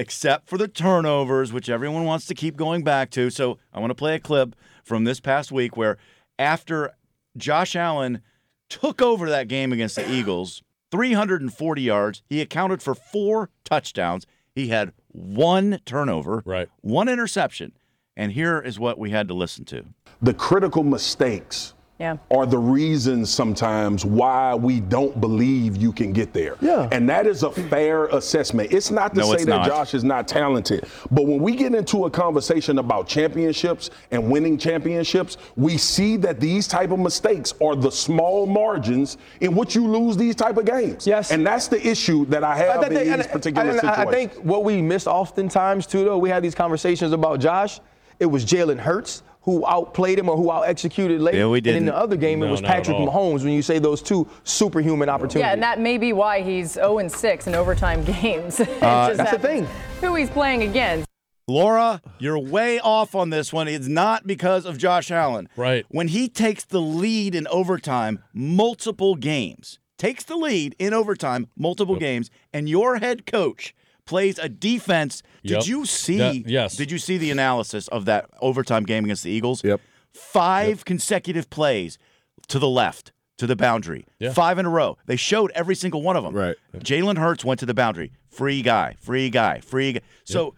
Speaker 1: except for the turnovers, which everyone wants to keep going back to. So I want to play a clip from this past week where after Josh Allen took over that game against the Eagles, 340 yards, he accounted for four touchdowns. He had one turnover,
Speaker 4: Right.
Speaker 1: one interception. And here is what we had to listen to.
Speaker 9: the critical mistakes are the reasons sometimes why we don't believe you can get there. Yeah. And that is a fair assessment. It's not to
Speaker 1: No, it's
Speaker 9: say that
Speaker 1: not.
Speaker 9: Josh is not talented, but when we get into a conversation about championships and winning championships, we see that these type of mistakes are the small margins in which you lose these type of games.
Speaker 10: Yes.
Speaker 9: And that's the issue that I have in these particular
Speaker 10: and I
Speaker 9: situations.
Speaker 10: think what we miss oftentimes too, though, we had these conversations about Josh. It was Jalen Hurts who outplayed him or who out executed late.
Speaker 1: Yeah, we
Speaker 10: And in
Speaker 1: didn't.
Speaker 10: the other game,
Speaker 4: No,
Speaker 10: it was
Speaker 4: not at
Speaker 10: Patrick
Speaker 4: all.
Speaker 10: Mahomes. When you say those two superhuman opportunities,
Speaker 11: Yeah, and that may be why he's 0 and 6 in overtime games. It just
Speaker 10: that's the
Speaker 11: happens
Speaker 10: thing.
Speaker 11: Who he's playing against.
Speaker 1: Laura, you're way off on this one. It's not because of Josh Allen.
Speaker 4: Right.
Speaker 1: When he takes the lead in overtime, multiple games, takes the lead in overtime, multiple games, and your head coach plays a defense.
Speaker 4: Yep.
Speaker 1: Did you see?
Speaker 4: That- yes.
Speaker 1: Did you see the analysis of that overtime game against the Eagles?
Speaker 3: Yep.
Speaker 1: Five consecutive plays to the left, to the boundary.
Speaker 4: Yeah.
Speaker 1: Five in a row. They showed every single one of them. Right. Jalen Hurts went to the boundary. Free guy, free guy, free guy. So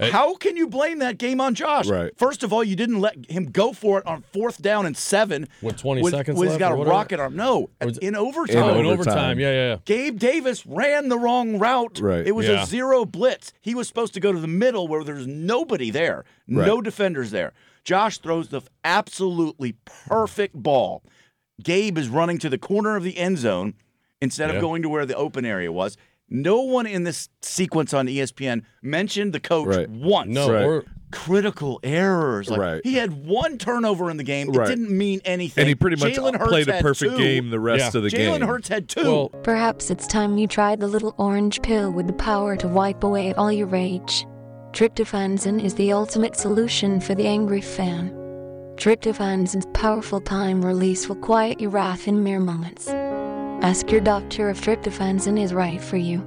Speaker 1: how can you blame that game on Josh? Right. First of all, you didn't let him go for it on fourth down and seven.
Speaker 4: With 20 seconds
Speaker 1: He's
Speaker 4: left
Speaker 1: got
Speaker 4: or
Speaker 1: a
Speaker 4: whatever?
Speaker 1: rocket arm. No, in overtime.
Speaker 4: Oh, in overtime. Yeah, yeah, yeah.
Speaker 1: Gabe Davis ran the wrong route.
Speaker 4: Right.
Speaker 1: It was
Speaker 4: Yeah.
Speaker 1: a zero blitz. He was supposed to go to the middle where there's nobody there, no defenders there. Josh throws the absolutely perfect ball. Gabe is running to the corner of the end zone instead
Speaker 4: Yeah.
Speaker 1: of going to where the open area was. No one in this sequence on E ESPN mentioned the coach once.
Speaker 4: No, Right. or-
Speaker 1: critical errors. Like
Speaker 4: Right.
Speaker 1: he had one turnover in the game. It
Speaker 3: Right.
Speaker 1: didn't mean anything.
Speaker 3: And he pretty much
Speaker 1: Jalen Hurts
Speaker 3: played a
Speaker 1: had
Speaker 3: perfect
Speaker 1: two.
Speaker 3: game the rest Yeah. of the
Speaker 1: Jalen
Speaker 3: game.
Speaker 1: Hurts had two.
Speaker 7: Perhaps it's time you tried the little orange pill with the power to wipe away all your rage. Tryptophansin is the ultimate solution for the angry fan. Tryptophansin's powerful time release will quiet your wrath in mere moments. Ask your doctor if tryptophansin is right for you.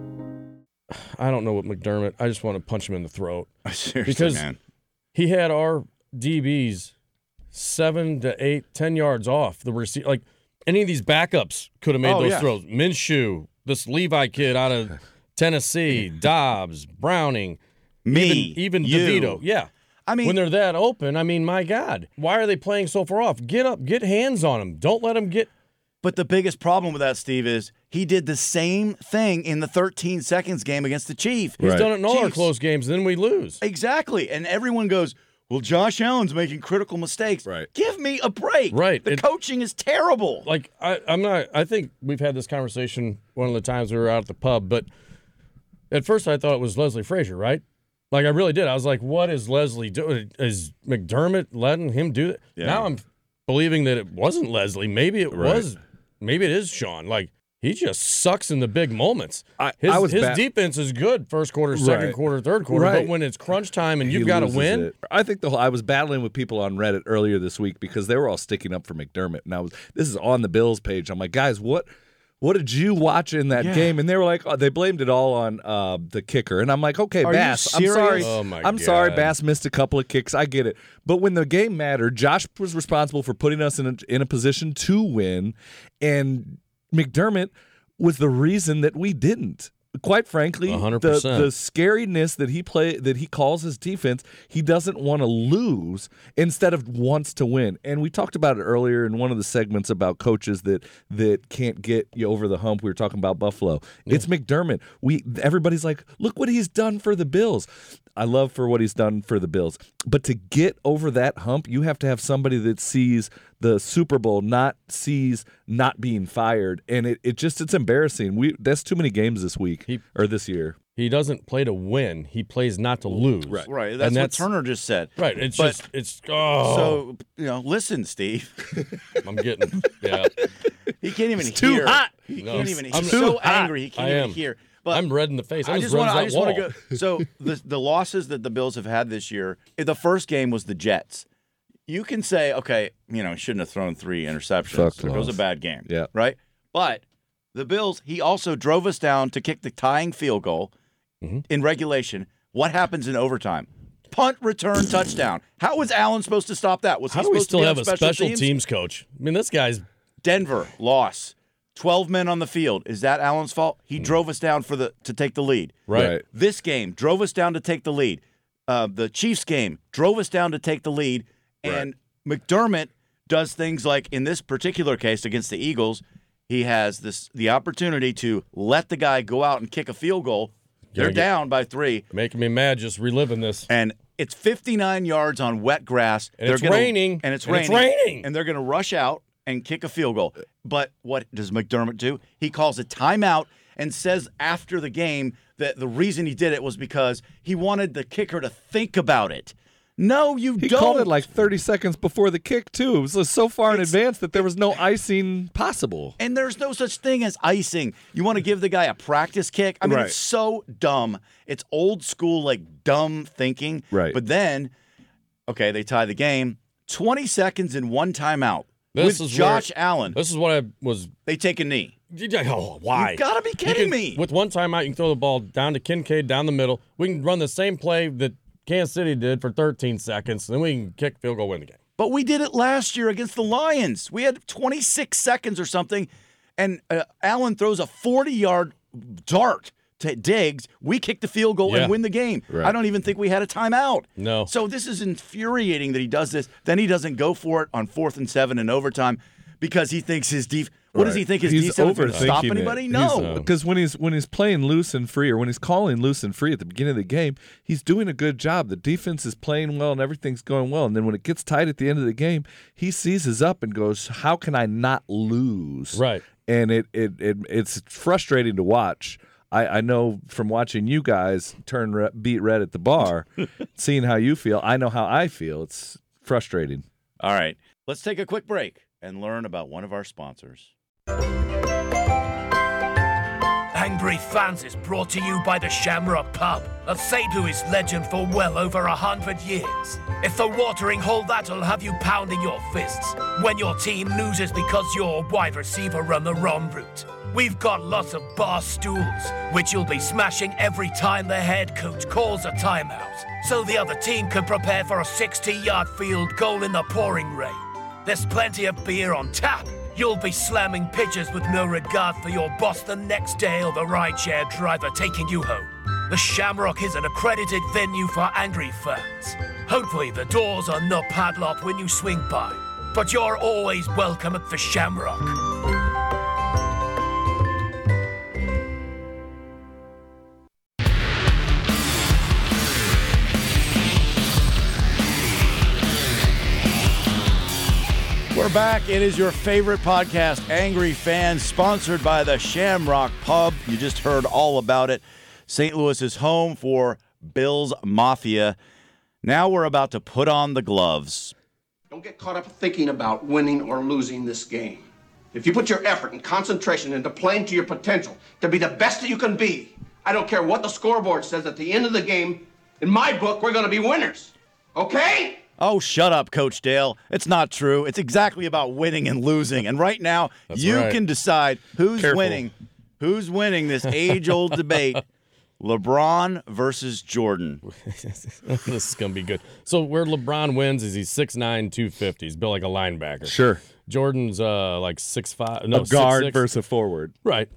Speaker 4: I don't know what McDermott. I just want to punch him in the throat.
Speaker 1: Seriously,
Speaker 4: because
Speaker 1: man.
Speaker 4: he had our DBs seven to eight, ten yards off the receiver. Like any of these backups could have made
Speaker 1: Oh,
Speaker 4: those
Speaker 1: yeah.
Speaker 4: throws. Minshew, this Levi kid out of Tennessee, Dobbs, Browning,
Speaker 1: Me,
Speaker 4: even, even
Speaker 1: you.
Speaker 4: DeVito. Yeah.
Speaker 1: I mean-
Speaker 4: when they're that open, I mean, my God, why are they playing so far off? Get up, get hands on them. Don't let them get.
Speaker 1: But the biggest problem with that, Steve, is he did the same thing in the 13 seconds game against the Chief.
Speaker 4: He's done it in all our
Speaker 1: Chiefs.
Speaker 4: close games, and then we lose.
Speaker 1: Exactly. And everyone goes, well, Josh Allen's making critical mistakes. Right. Give me a break.
Speaker 4: Right.
Speaker 1: The
Speaker 4: It-
Speaker 1: coaching is terrible.
Speaker 4: like I, I'm not. I think we've had this conversation one of the times we were out at the pub. But at first, I thought it was Leslie Frazier, right? Like I really did. I was like, "What is Leslie doing? Is McDermott letting him do that?"
Speaker 1: Yeah.
Speaker 4: Now I'm believing that it wasn't Leslie. Maybe it was. Maybe it is Sean. Like he just sucks in the big moments.
Speaker 3: I-
Speaker 4: his
Speaker 3: I was
Speaker 4: his
Speaker 3: ba-
Speaker 4: defense is good first quarter, second
Speaker 3: Right.
Speaker 4: quarter, third quarter. But
Speaker 3: Right.
Speaker 4: when it's crunch time and
Speaker 3: He
Speaker 4: you've got to
Speaker 3: loses
Speaker 4: win,
Speaker 3: it. I think the whole I was battling with people on Reddit earlier this week because they were all sticking up for McDermott, and I was this is on the Bills page. I'm like, guys, what? What did you watch in that
Speaker 4: Yeah.
Speaker 3: game? And they were like, oh, they blamed it all on uh, the kicker. And I'm like, okay,
Speaker 4: Are you
Speaker 3: Bass, I'm sorry.
Speaker 4: serious? Oh, my
Speaker 3: I'm sorry,
Speaker 4: God.
Speaker 3: Bass missed a couple of kicks. I get it. But when the game mattered, Josh was responsible for putting us in a, in a position to win, and McDermott was the reason that we didn't. Quite frankly, the,
Speaker 4: 100%.
Speaker 3: the scariness that he play that he calls his defense, he doesn't want to lose instead of wants to win. And we talked about it earlier in one of the segments about coaches that that can't get you over the hump. We were talking about Buffalo. It's McDermott. We everybody's like, look what he's done for the Bills. I love for what he's done for the Bills. But to get over that hump, you have to have somebody that sees the Super Bowl, not sees not being fired. And it, it just it's embarrassing. We that's too many games this week or this year.
Speaker 4: he doesn't play to win. He plays not to lose.
Speaker 3: Right.
Speaker 1: Right.
Speaker 4: And
Speaker 1: That's, what Turner just said.
Speaker 4: Right. It's
Speaker 1: But-
Speaker 4: just it's oh.
Speaker 1: So, you know, listen, Steve.
Speaker 4: I'm getting yeah.
Speaker 1: He can't even
Speaker 4: It's too
Speaker 1: hear.
Speaker 4: hot.
Speaker 1: He
Speaker 4: No.
Speaker 1: can't even. He's
Speaker 4: I'm
Speaker 1: so
Speaker 4: too hot.
Speaker 1: angry. He can't
Speaker 4: I
Speaker 1: even
Speaker 4: am.
Speaker 1: hear.
Speaker 4: I'm red in the face. I'm
Speaker 1: I
Speaker 4: as
Speaker 1: just
Speaker 4: red
Speaker 1: wanna-
Speaker 4: as
Speaker 1: I
Speaker 4: that
Speaker 1: just want to
Speaker 4: wall.
Speaker 1: go. So the the losses that the Bills have had this year. eh, The first game was the Jets. You can say, okay, you know, shouldn't have thrown three interceptions.
Speaker 3: Fuck
Speaker 1: there goes a
Speaker 3: loss.
Speaker 1: bad game.
Speaker 3: Yeah.
Speaker 1: Right. But the Bills. He also drove us down to kick the tying field goal
Speaker 4: Mm-hmm.
Speaker 1: in regulation. What happens in overtime? Punt return touchdown. How was Allen supposed to stop that? Was
Speaker 4: How
Speaker 1: he
Speaker 4: do we
Speaker 1: supposed to
Speaker 4: still
Speaker 1: be on
Speaker 4: have a special, teams? coach? I mean, this guy's
Speaker 1: Denver loss. Twelve men on the field. Is that Allen's fault?
Speaker 4: Mm-hmm.
Speaker 1: He drove us down for the to take the lead.
Speaker 4: Right. Right.
Speaker 1: This game drove us down to take the lead. Uh, the Chiefs game drove us down to take the lead. And McDermott does things like in this particular case against the Eagles, he has this the opportunity to let the guy go out and kick a field goal. They're
Speaker 4: Gotta get-
Speaker 1: down by three,
Speaker 4: making me mad just reliving this.
Speaker 1: and it's 59 yards on wet grass.
Speaker 4: And
Speaker 1: They're
Speaker 4: it's
Speaker 1: gonna-
Speaker 4: raining.
Speaker 1: And it's
Speaker 4: And it's
Speaker 1: raining.
Speaker 4: raining.
Speaker 1: And they're going to rush out and kick a field goal. But what does McDermott do? He calls a timeout and says after the game that the reason he did it was because he wanted the kicker to think about it. No, you
Speaker 3: He
Speaker 1: don't.
Speaker 3: called it like 30 seconds before the kick, too. It was so far in advance that there was no icing possible.
Speaker 1: and there's no such thing as icing. You want to give the guy a practice kick? I mean,
Speaker 3: Right.
Speaker 1: it's so dumb. It's old school, like dumb thinking.
Speaker 3: Right.
Speaker 1: But then, okay, they tie the game. 20 seconds in one timeout
Speaker 4: This
Speaker 1: with
Speaker 4: is
Speaker 1: Josh
Speaker 4: where-
Speaker 1: Allen.
Speaker 4: This is what I was.
Speaker 1: They take a knee.
Speaker 4: Oh, why?
Speaker 1: You gotta be
Speaker 4: You
Speaker 1: kidding
Speaker 4: can-
Speaker 1: me.
Speaker 4: With one timeout, you can throw the ball down to Kincaid down the middle. We can run the same play that Kansas City did for 13 seconds, and then we can kick field goal, win the game.
Speaker 1: But we did it last year against the Lions. We had 26 seconds or something, and uh, Allen throws a 40 yard dart to Diggs. We kick the field goal
Speaker 4: Yeah.
Speaker 1: and win the game.
Speaker 4: Right.
Speaker 1: I don't even think we had a timeout.
Speaker 4: No.
Speaker 1: So this is infuriating that he does this. Then he doesn't go for it on fourth and seven in overtime because he thinks his def. What does
Speaker 3: Right.
Speaker 1: he think his
Speaker 3: He's
Speaker 1: defense can stop
Speaker 3: overthinking it.
Speaker 1: anybody?
Speaker 3: He's- uh,
Speaker 1: No.
Speaker 3: because when he's when he's playing loose and free, or when he's calling loose and free at the beginning of the game, he's doing a good job. The defense is playing well and everything's going well. And then when it gets tight at the end of the game, he seizes up and goes, "How can I not lose?"
Speaker 4: Right.
Speaker 3: And it it, it it's frustrating to watch. I, I know from watching you guys turn re- beat red at the bar, seeing how you feel. I know how I feel. It's frustrating.
Speaker 1: All right. Let's take a quick break and learn about one of our sponsors.
Speaker 12: Angry Fans is brought to you by the Shamrock Pub, a site who is legend for well over a hundred years. It's a watering hole that'll have you pounding your fists when your team loses because your wide receiver ran the wrong route. We've got lots of bar stools, which you'll be smashing every time the head coach calls a timeout, so the other team can prepare for a 60 yard field goal in the pouring rain. There's plenty of beer on tap. You'll be slamming pitchers with no regard for your boss the next day or the rideshare driver taking you home. The Shamrock is an accredited venue for angry fans. Hopefully, the doors are not padlocked when you swing by. But you're always welcome at the Shamrock.
Speaker 1: We're back. It is your favorite podcast, Angry Fans, sponsored by the Shamrock Pub. You just heard all about it. St. Louis is home for Bills Mafia. Now we're about to put on the gloves.
Speaker 5: Don't get caught up thinking about winning or losing this game. If you put your effort and concentration into playing to your potential, to be the best that you can be, I don't care what the scoreboard says at the end of the game, in my book, we're going to be winners. Okay?
Speaker 1: Oh, shut up, Coach Dale. It's not true. It's exactly about winning and losing. And right now,
Speaker 4: That's
Speaker 1: you
Speaker 4: right.
Speaker 1: can decide who's
Speaker 4: Careful.
Speaker 1: winning. Who's winning this age-old debate? LeBron versus Jordan.
Speaker 4: this is gonna be good. So where LeBron wins is he's 6'9", 250. He's built like a linebacker.
Speaker 3: Sure.
Speaker 4: Jordan's uh like six five. No,
Speaker 3: a guard
Speaker 4: 6'6".
Speaker 3: versus a forward.
Speaker 4: Right.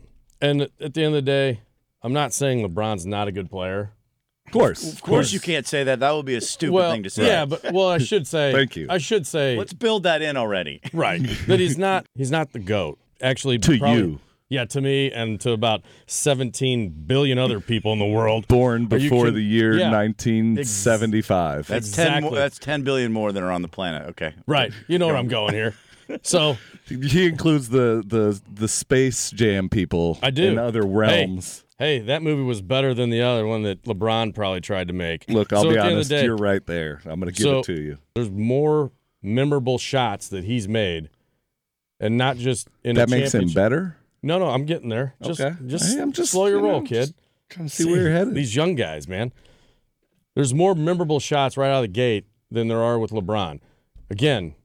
Speaker 4: And at the end of the day, I'm not saying LeBron's not a good player.
Speaker 3: Of course.
Speaker 1: Of course, you can't say that. That would be a stupid
Speaker 4: well,
Speaker 1: thing to say.
Speaker 4: Yeah, but well, I should say
Speaker 1: Thank you.
Speaker 4: I should say
Speaker 1: Let's build that in already.
Speaker 4: Right. that he's not he's not the goat. Actually
Speaker 3: To
Speaker 4: probably-
Speaker 3: you.
Speaker 4: Yeah, to me and to about 17 billion other people in the world
Speaker 3: Born
Speaker 4: Are you
Speaker 3: before
Speaker 4: kid-
Speaker 3: the year
Speaker 4: Yeah.
Speaker 3: 1975.
Speaker 1: That's ten. More, that's ten billion more than are on the planet. Okay.
Speaker 4: Right. You know where I'm going here. So
Speaker 3: he includes the the the Space Jam people.
Speaker 4: I do.
Speaker 3: in other
Speaker 4: Hey,
Speaker 3: realms.
Speaker 4: Hey, that movie was better than the other one that LeBron probably tried to make.
Speaker 3: Look, I'll
Speaker 4: So at
Speaker 3: be
Speaker 4: the end of the
Speaker 3: honest.
Speaker 4: day-
Speaker 3: you're right there. I'm going to give
Speaker 4: So,
Speaker 3: it to you.
Speaker 4: There's more memorable shots that he's made, and not just in a
Speaker 3: That makes him
Speaker 4: championship-
Speaker 3: better?
Speaker 4: No, no, I'm getting there. Just,
Speaker 3: Okay.
Speaker 4: just,
Speaker 3: Hey, I'm just,
Speaker 4: slow your
Speaker 3: you know,
Speaker 4: roll,
Speaker 3: I'm
Speaker 4: kid.
Speaker 3: just trying to see where you're headed.
Speaker 4: These young guys, man. There's more memorable shots right out of the gate than there are with LeBron. Again,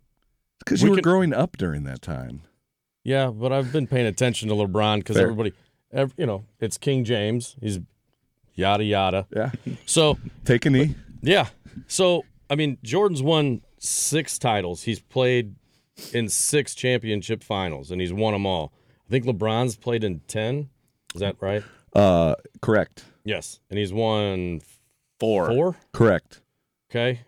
Speaker 3: Because
Speaker 4: we
Speaker 3: you were
Speaker 4: can-
Speaker 3: growing up during that time.
Speaker 4: yeah, but I've been paying attention to LeBron because
Speaker 3: Fair.
Speaker 4: everybody, ev- you know, it's King James. He's yada yada.
Speaker 3: Yeah.
Speaker 4: So
Speaker 3: Take a knee.
Speaker 4: Yeah. So, I mean, Jordan's won six titles. He's played in six championship finals, and he's won them all. I think LeBron's played in 10. Is that right?
Speaker 3: Uh, correct.
Speaker 4: Yes. And he's won
Speaker 1: four.
Speaker 4: Four?
Speaker 3: Correct.
Speaker 4: Okay.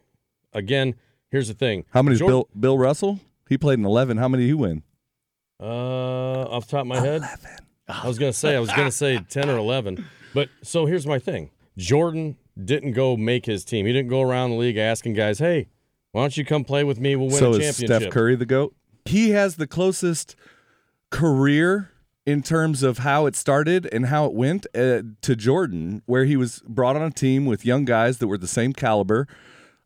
Speaker 4: Again, here's the thing.
Speaker 3: How many?
Speaker 4: Jor-
Speaker 3: Bill Bill Russell? He played in 11. How many did he win?
Speaker 4: Uh, off the top of my head, I was gonna say I was gonna say ten or eleven, but so here's my thing: Jordan didn't go make his team. He didn't go around the league asking guys, "Hey, why don't you come play with me? We'll win
Speaker 3: so
Speaker 4: a
Speaker 3: is
Speaker 4: championship."
Speaker 3: Steph Curry the goat? He has the closest career in terms of how it started and how it went uh, to Jordan, where he was brought on a team with young guys that were the same caliber,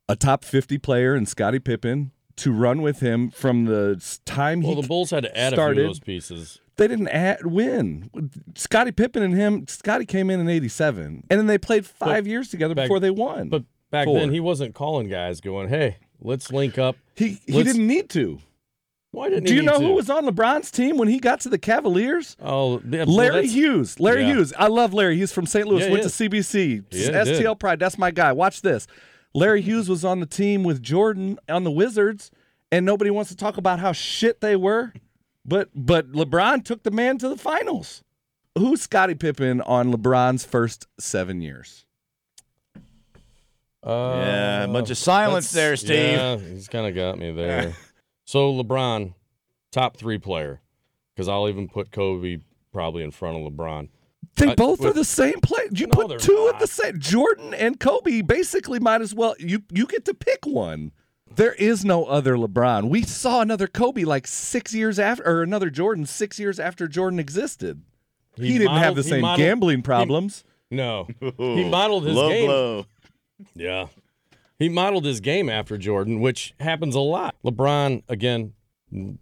Speaker 3: a top fifty player in Scottie Pippen to run with him from the s- time
Speaker 4: Well,
Speaker 3: he
Speaker 4: the Bulls had to add a
Speaker 3: started.
Speaker 4: few of those pieces.
Speaker 3: They didn't add, win. Scottie Pippen and him. Scottie came in in '87, and then they played five years together
Speaker 4: back-
Speaker 3: before they won.
Speaker 4: But back
Speaker 3: Four.
Speaker 4: then, he wasn't calling guys, going, "Hey, let's link up."
Speaker 3: He he
Speaker 4: Let's-
Speaker 3: didn't need to.
Speaker 4: Why didn't
Speaker 3: Do
Speaker 4: he
Speaker 3: you
Speaker 4: need
Speaker 3: know
Speaker 4: to?
Speaker 3: who was on LeBron's team when he got to the Cavaliers?
Speaker 4: Oh, yeah, well,
Speaker 3: Larry
Speaker 4: that's-
Speaker 3: Hughes. Larry
Speaker 4: Yeah.
Speaker 3: Hughes. I love Larry. He's from St. Louis.
Speaker 4: Yeah, he
Speaker 3: Went to
Speaker 4: is.
Speaker 3: CBC.
Speaker 4: Yeah, he
Speaker 3: STL
Speaker 4: did.
Speaker 3: Pride. That's my guy. Watch this. Larry Hughes was on the team with Jordan on the Wizards, and nobody wants to talk about how shit they were. But but LeBron took the man to the finals. Who's Scottie Pippen on LeBron's first seven years?
Speaker 1: yeah, a bunch of silence there,
Speaker 4: uh, Oh, that's-
Speaker 1: Steve.
Speaker 4: Yeah, he's kind of got me there. so LeBron, top three player, because I'll even put Kobe probably in front of LeBron.
Speaker 3: They
Speaker 4: I-
Speaker 3: both are
Speaker 4: Uh, with-
Speaker 3: the same play. You
Speaker 4: No, they're
Speaker 3: put two at
Speaker 4: not.
Speaker 3: the same. Jordan and Kobe basically might as well. You you get to pick one. There is no other LeBron. We saw another Kobe like six years after, or another Jordan six years after Jordan existed. He, didn't have
Speaker 4: modeled-
Speaker 3: the
Speaker 4: he
Speaker 3: same
Speaker 4: modeled-
Speaker 3: gambling
Speaker 4: he-
Speaker 3: problems.
Speaker 4: no, he modeled his
Speaker 1: Low
Speaker 4: game.
Speaker 1: blow.
Speaker 4: Yeah. He modeled his game after Jordan, which happens a lot. LeBron, again,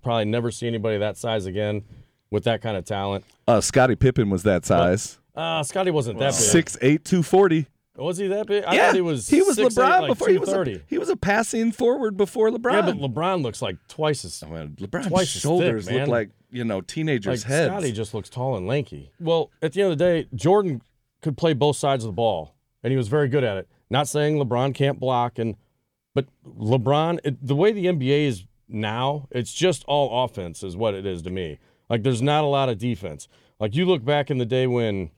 Speaker 4: probably never see anybody that size again with that kind of talent.
Speaker 3: Uh, Scottie Pippen was that size.
Speaker 4: Uh, Scotty wasn't that big.
Speaker 3: Six eight two forty.
Speaker 4: Was he that big? I
Speaker 3: yeah,
Speaker 4: thought he was.
Speaker 3: he was
Speaker 4: 6'8",
Speaker 3: LeBron
Speaker 4: like
Speaker 3: before he was. A,
Speaker 4: 230.
Speaker 3: he was a passing forward before LeBron.
Speaker 4: Yeah, but LeBron looks like twice as.
Speaker 3: LeBron's
Speaker 4: twice as
Speaker 3: shoulders
Speaker 4: thick,
Speaker 3: look
Speaker 4: man.
Speaker 3: like you know teenagers'
Speaker 4: like,
Speaker 3: heads.
Speaker 4: Scotty just looks tall and lanky. Well, at the end of the day, Jordan could play both sides of the ball, and he was very good at it. Not saying LeBron can't block, and but LeBron, it, the way the NBA is now, it's just all offense is what it is to me. Like there's not a lot of defense. Like you look back in the day when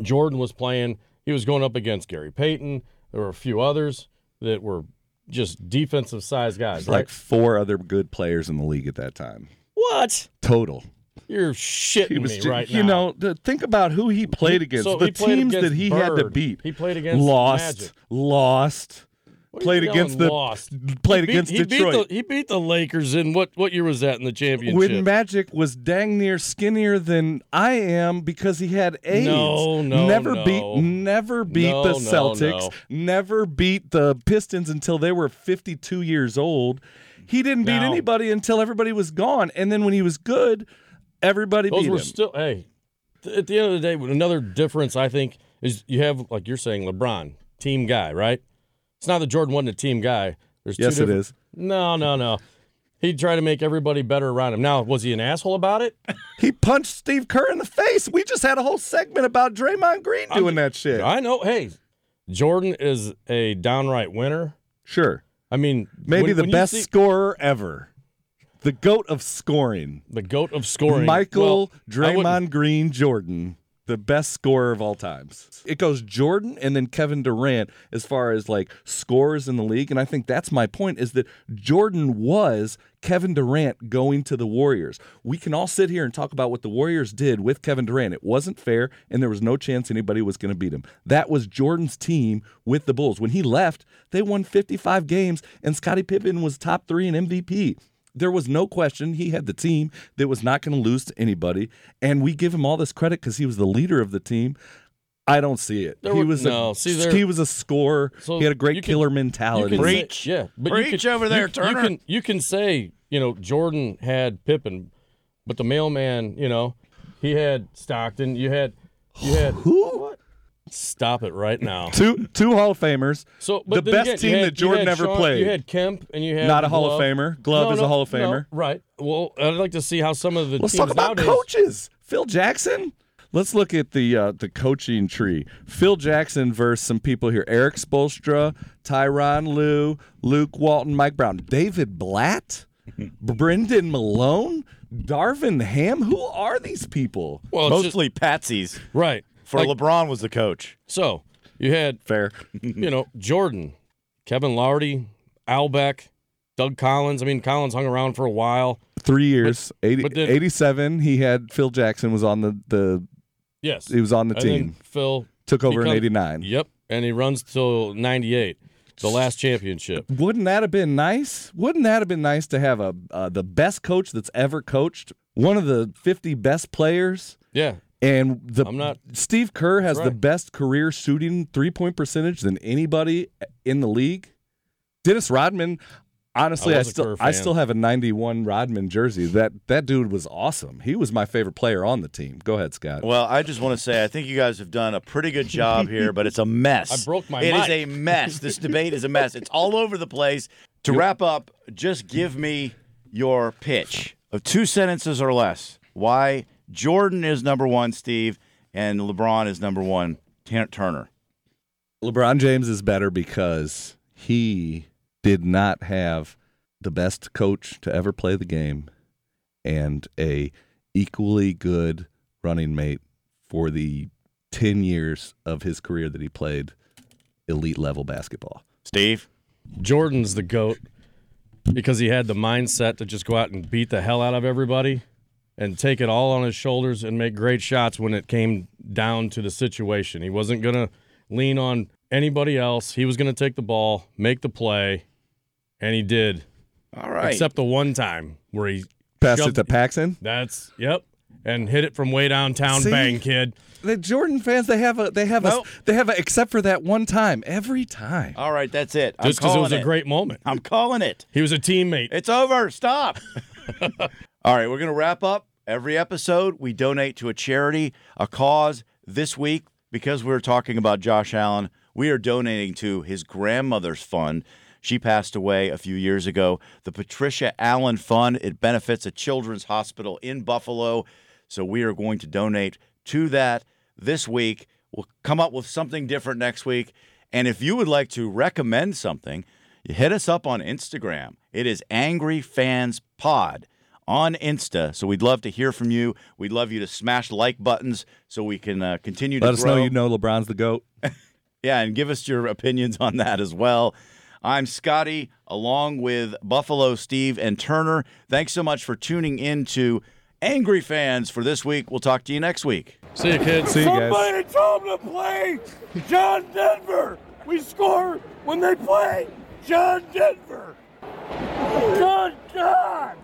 Speaker 4: Jordan was playing, he was going up against Gary Payton. There were a few others that were just defensive size guys.
Speaker 3: There's
Speaker 4: Right?
Speaker 3: like four other good players in the league at that time.
Speaker 4: what?
Speaker 3: Total.
Speaker 4: You're shitting
Speaker 3: He was
Speaker 4: me
Speaker 3: ju-
Speaker 4: right
Speaker 3: you
Speaker 4: now.
Speaker 3: know, th- think about who he played
Speaker 4: He-
Speaker 3: against.
Speaker 4: so
Speaker 3: the
Speaker 4: he played
Speaker 3: teams that
Speaker 4: against
Speaker 3: he had to
Speaker 4: Bird.
Speaker 3: beat.
Speaker 4: He played against
Speaker 3: lost,
Speaker 4: Magic.
Speaker 3: lost.
Speaker 4: What are you
Speaker 3: Played
Speaker 4: yelling,
Speaker 3: against the
Speaker 4: lost.
Speaker 3: played
Speaker 4: He beat-
Speaker 3: against
Speaker 4: he beat the-
Speaker 3: Detroit.
Speaker 4: he beat the Lakers in what what year was that in the championship?
Speaker 3: when Magic was dang near skinnier than I am because he had AIDS.
Speaker 4: No, no,
Speaker 3: never
Speaker 4: no.
Speaker 3: beat, never beat
Speaker 4: No,
Speaker 3: the
Speaker 4: no,
Speaker 3: Celtics,
Speaker 4: no.
Speaker 3: never beat the Pistons until they were 52 years old. He didn't beat
Speaker 4: No.
Speaker 3: anybody until everybody was gone, and then when he was good, everybody
Speaker 4: Those
Speaker 3: beat
Speaker 4: were
Speaker 3: him.
Speaker 4: still hey. th- At the end of the day, another difference I think is you have like you're saying LeBron, team guy, right? It's not that Jordan wasn't a team guy. There's two
Speaker 3: Yes, it
Speaker 4: different-
Speaker 3: is.
Speaker 4: No, no, no. He tried to make everybody better around him. Now, was he an asshole about it?
Speaker 3: He punched Steve Kerr in the face. We just had a whole segment about Draymond Green doing that shit.
Speaker 4: I know. Hey, Jordan is a downright winner.
Speaker 3: Sure.
Speaker 4: I mean,
Speaker 3: Maybe
Speaker 4: when-
Speaker 3: the
Speaker 4: when you
Speaker 3: best
Speaker 4: see-
Speaker 3: scorer ever. The goat of scoring.
Speaker 4: the goat of scoring,
Speaker 3: Michael
Speaker 4: Well, I wouldn't-
Speaker 3: Draymond Green Jordan, the best scorer of all times. It goes Jordan and then Kevin Durant as far as like scorers in the league. And I think that's my point is that Jordan was Kevin Durant going to the Warriors. We can all sit here and talk about what the Warriors did with Kevin Durant. It wasn't fair, and there was no chance anybody was going to beat him. That was Jordan's team with the Bulls. When he left, they won 55 games, and Scottie Pippen was top three in MVP. There was no question he had the team that was not going to lose to anybody, and we give him all this credit because he was the leader of the team. I don't see it.
Speaker 4: There
Speaker 3: he
Speaker 4: were-
Speaker 3: was
Speaker 4: no,
Speaker 3: a,
Speaker 4: see, there-
Speaker 3: he was a scorer.
Speaker 4: So
Speaker 3: he had a
Speaker 4: you
Speaker 3: great
Speaker 4: can-
Speaker 3: killer
Speaker 4: You
Speaker 3: mentality.
Speaker 4: can say- yeah, but you
Speaker 1: Preach
Speaker 4: can-
Speaker 1: over there,
Speaker 4: you-
Speaker 1: Turner.
Speaker 4: You can, you can say you know Jordan had Pippen, but the mailman, you know, he had Stockton. You had you had
Speaker 3: Who?
Speaker 4: Stop it right now.
Speaker 3: Two two Hall of Famers.
Speaker 4: So
Speaker 3: the
Speaker 4: but then
Speaker 3: best
Speaker 4: again, you
Speaker 3: team
Speaker 4: had-
Speaker 3: that
Speaker 4: you
Speaker 3: Jordan
Speaker 4: had
Speaker 3: ever
Speaker 4: Sean-
Speaker 3: played.
Speaker 4: You had Kemp and you had
Speaker 3: Not a Hall of
Speaker 4: Glove.
Speaker 3: Famer. Glove
Speaker 4: No,
Speaker 3: is a
Speaker 4: no,
Speaker 3: Hall of
Speaker 4: no,
Speaker 3: Famer.
Speaker 4: right. Well, I'd like to see how some of the
Speaker 3: Let's
Speaker 4: teams
Speaker 3: talk about
Speaker 4: nowadays.
Speaker 3: coaches. Phil Jackson. Let's look at the uh, the coaching tree. Phil Jackson versus some people here: Eric Spolstra, Tyron Lue, Luke Walton, Mike Brown, David Blatt, Brendan Malone, Darvin Ham. Who are these people?
Speaker 4: Well, it's just-
Speaker 1: Mostly patsies.
Speaker 4: right.
Speaker 1: For
Speaker 4: Like,
Speaker 1: LeBron was the coach.
Speaker 4: So you had
Speaker 3: Fair.
Speaker 4: you know, Jordan, Kevin Lowry, Al Beck, Doug Collins. I mean, Collins hung around for a while.
Speaker 3: Three years, 80,
Speaker 4: but then-
Speaker 3: 87, He had Phil Jackson was on the the
Speaker 4: Yes.
Speaker 3: he was on the
Speaker 4: and
Speaker 3: team.
Speaker 4: Then Phil
Speaker 3: Took over in
Speaker 4: become-
Speaker 3: '89.
Speaker 4: Yep. And he runs till 98, the last championship.
Speaker 3: Wouldn't that have been nice? Wouldn't that have been nice to have a uh, the best coach that's ever coached, one of the 50 best players,
Speaker 4: Yeah.
Speaker 3: and the
Speaker 4: I'm not-
Speaker 3: Steve Kerr has the
Speaker 4: right.
Speaker 3: best career shooting three point percentage than anybody in the league. Dennis Rodman, honestly,
Speaker 4: I
Speaker 3: I,
Speaker 4: was a
Speaker 3: still
Speaker 4: Kerr
Speaker 3: I
Speaker 4: fan.
Speaker 3: still have a 91 Rodman jersey. That that dude was awesome. He was my favorite player on the team. Go ahead, Scott.
Speaker 1: Well, I just want to say I think you guys have done a pretty good job here, but it's a mess.
Speaker 4: I broke my
Speaker 1: It is
Speaker 4: mic.
Speaker 1: a mess. This debate is a mess. It's all over the place. To wrap up, just give me your pitch of two sentences or less. Why Jordan is number one, Steve, and LeBron is number one, Tan- Turner.
Speaker 3: LeBron James is better because he did not have the best coach to ever play the game and a equally good running mate for the 10 years of his career that he played elite level basketball.
Speaker 1: Steve?
Speaker 4: Jordan's the GOAT because he had the mindset to just go out and beat the hell out of everybody and take it all on his shoulders and make great shots when it came down to the situation. He wasn't going to lean on anybody else. He was going to take the ball, make the play, and he did.
Speaker 1: All right.
Speaker 4: Except the one time where he
Speaker 3: Passed it
Speaker 4: shoved-
Speaker 3: to Paxson?
Speaker 4: That's yep. And hit it from way downtown.
Speaker 3: See?
Speaker 4: Bang, kid.
Speaker 3: The Jordan fans, they have a they have
Speaker 1: Nope.
Speaker 3: a they have a except for that one time every time.
Speaker 1: All right, that's it. I'm
Speaker 4: Just because it was
Speaker 1: calling
Speaker 4: a great moment.
Speaker 1: I'm calling it.
Speaker 4: He was a teammate.
Speaker 1: It's over. Stop. All right, we're going to wrap up. Every episode, we donate to a charity, a cause. This week, because we're talking about Josh Allen, we are donating to his grandmother's fund. She passed away a few years ago. The Patricia Allen Fund, it benefits a children's hospital in Buffalo. So we are going to donate to that this week. We'll come up with something different next week. And if you would like to recommend something, hit us up on Instagram. It is Angry Fans Pod on Insta. So we'd love to hear from you. We'd love you to smash like buttons so we can uh, continue to
Speaker 3: Let us
Speaker 1: grow.
Speaker 3: know you know LeBron's the goat.
Speaker 1: Yeah, and give us your opinions on that as well. I'm Scotty, along with Buffalo Steve and Turner. Thanks so much for tuning in to Angry Fans for this week. We'll talk to you next week.
Speaker 4: See you, kids.
Speaker 2: Somebody told him to play John Denver. We score when they play John Denver. Good God.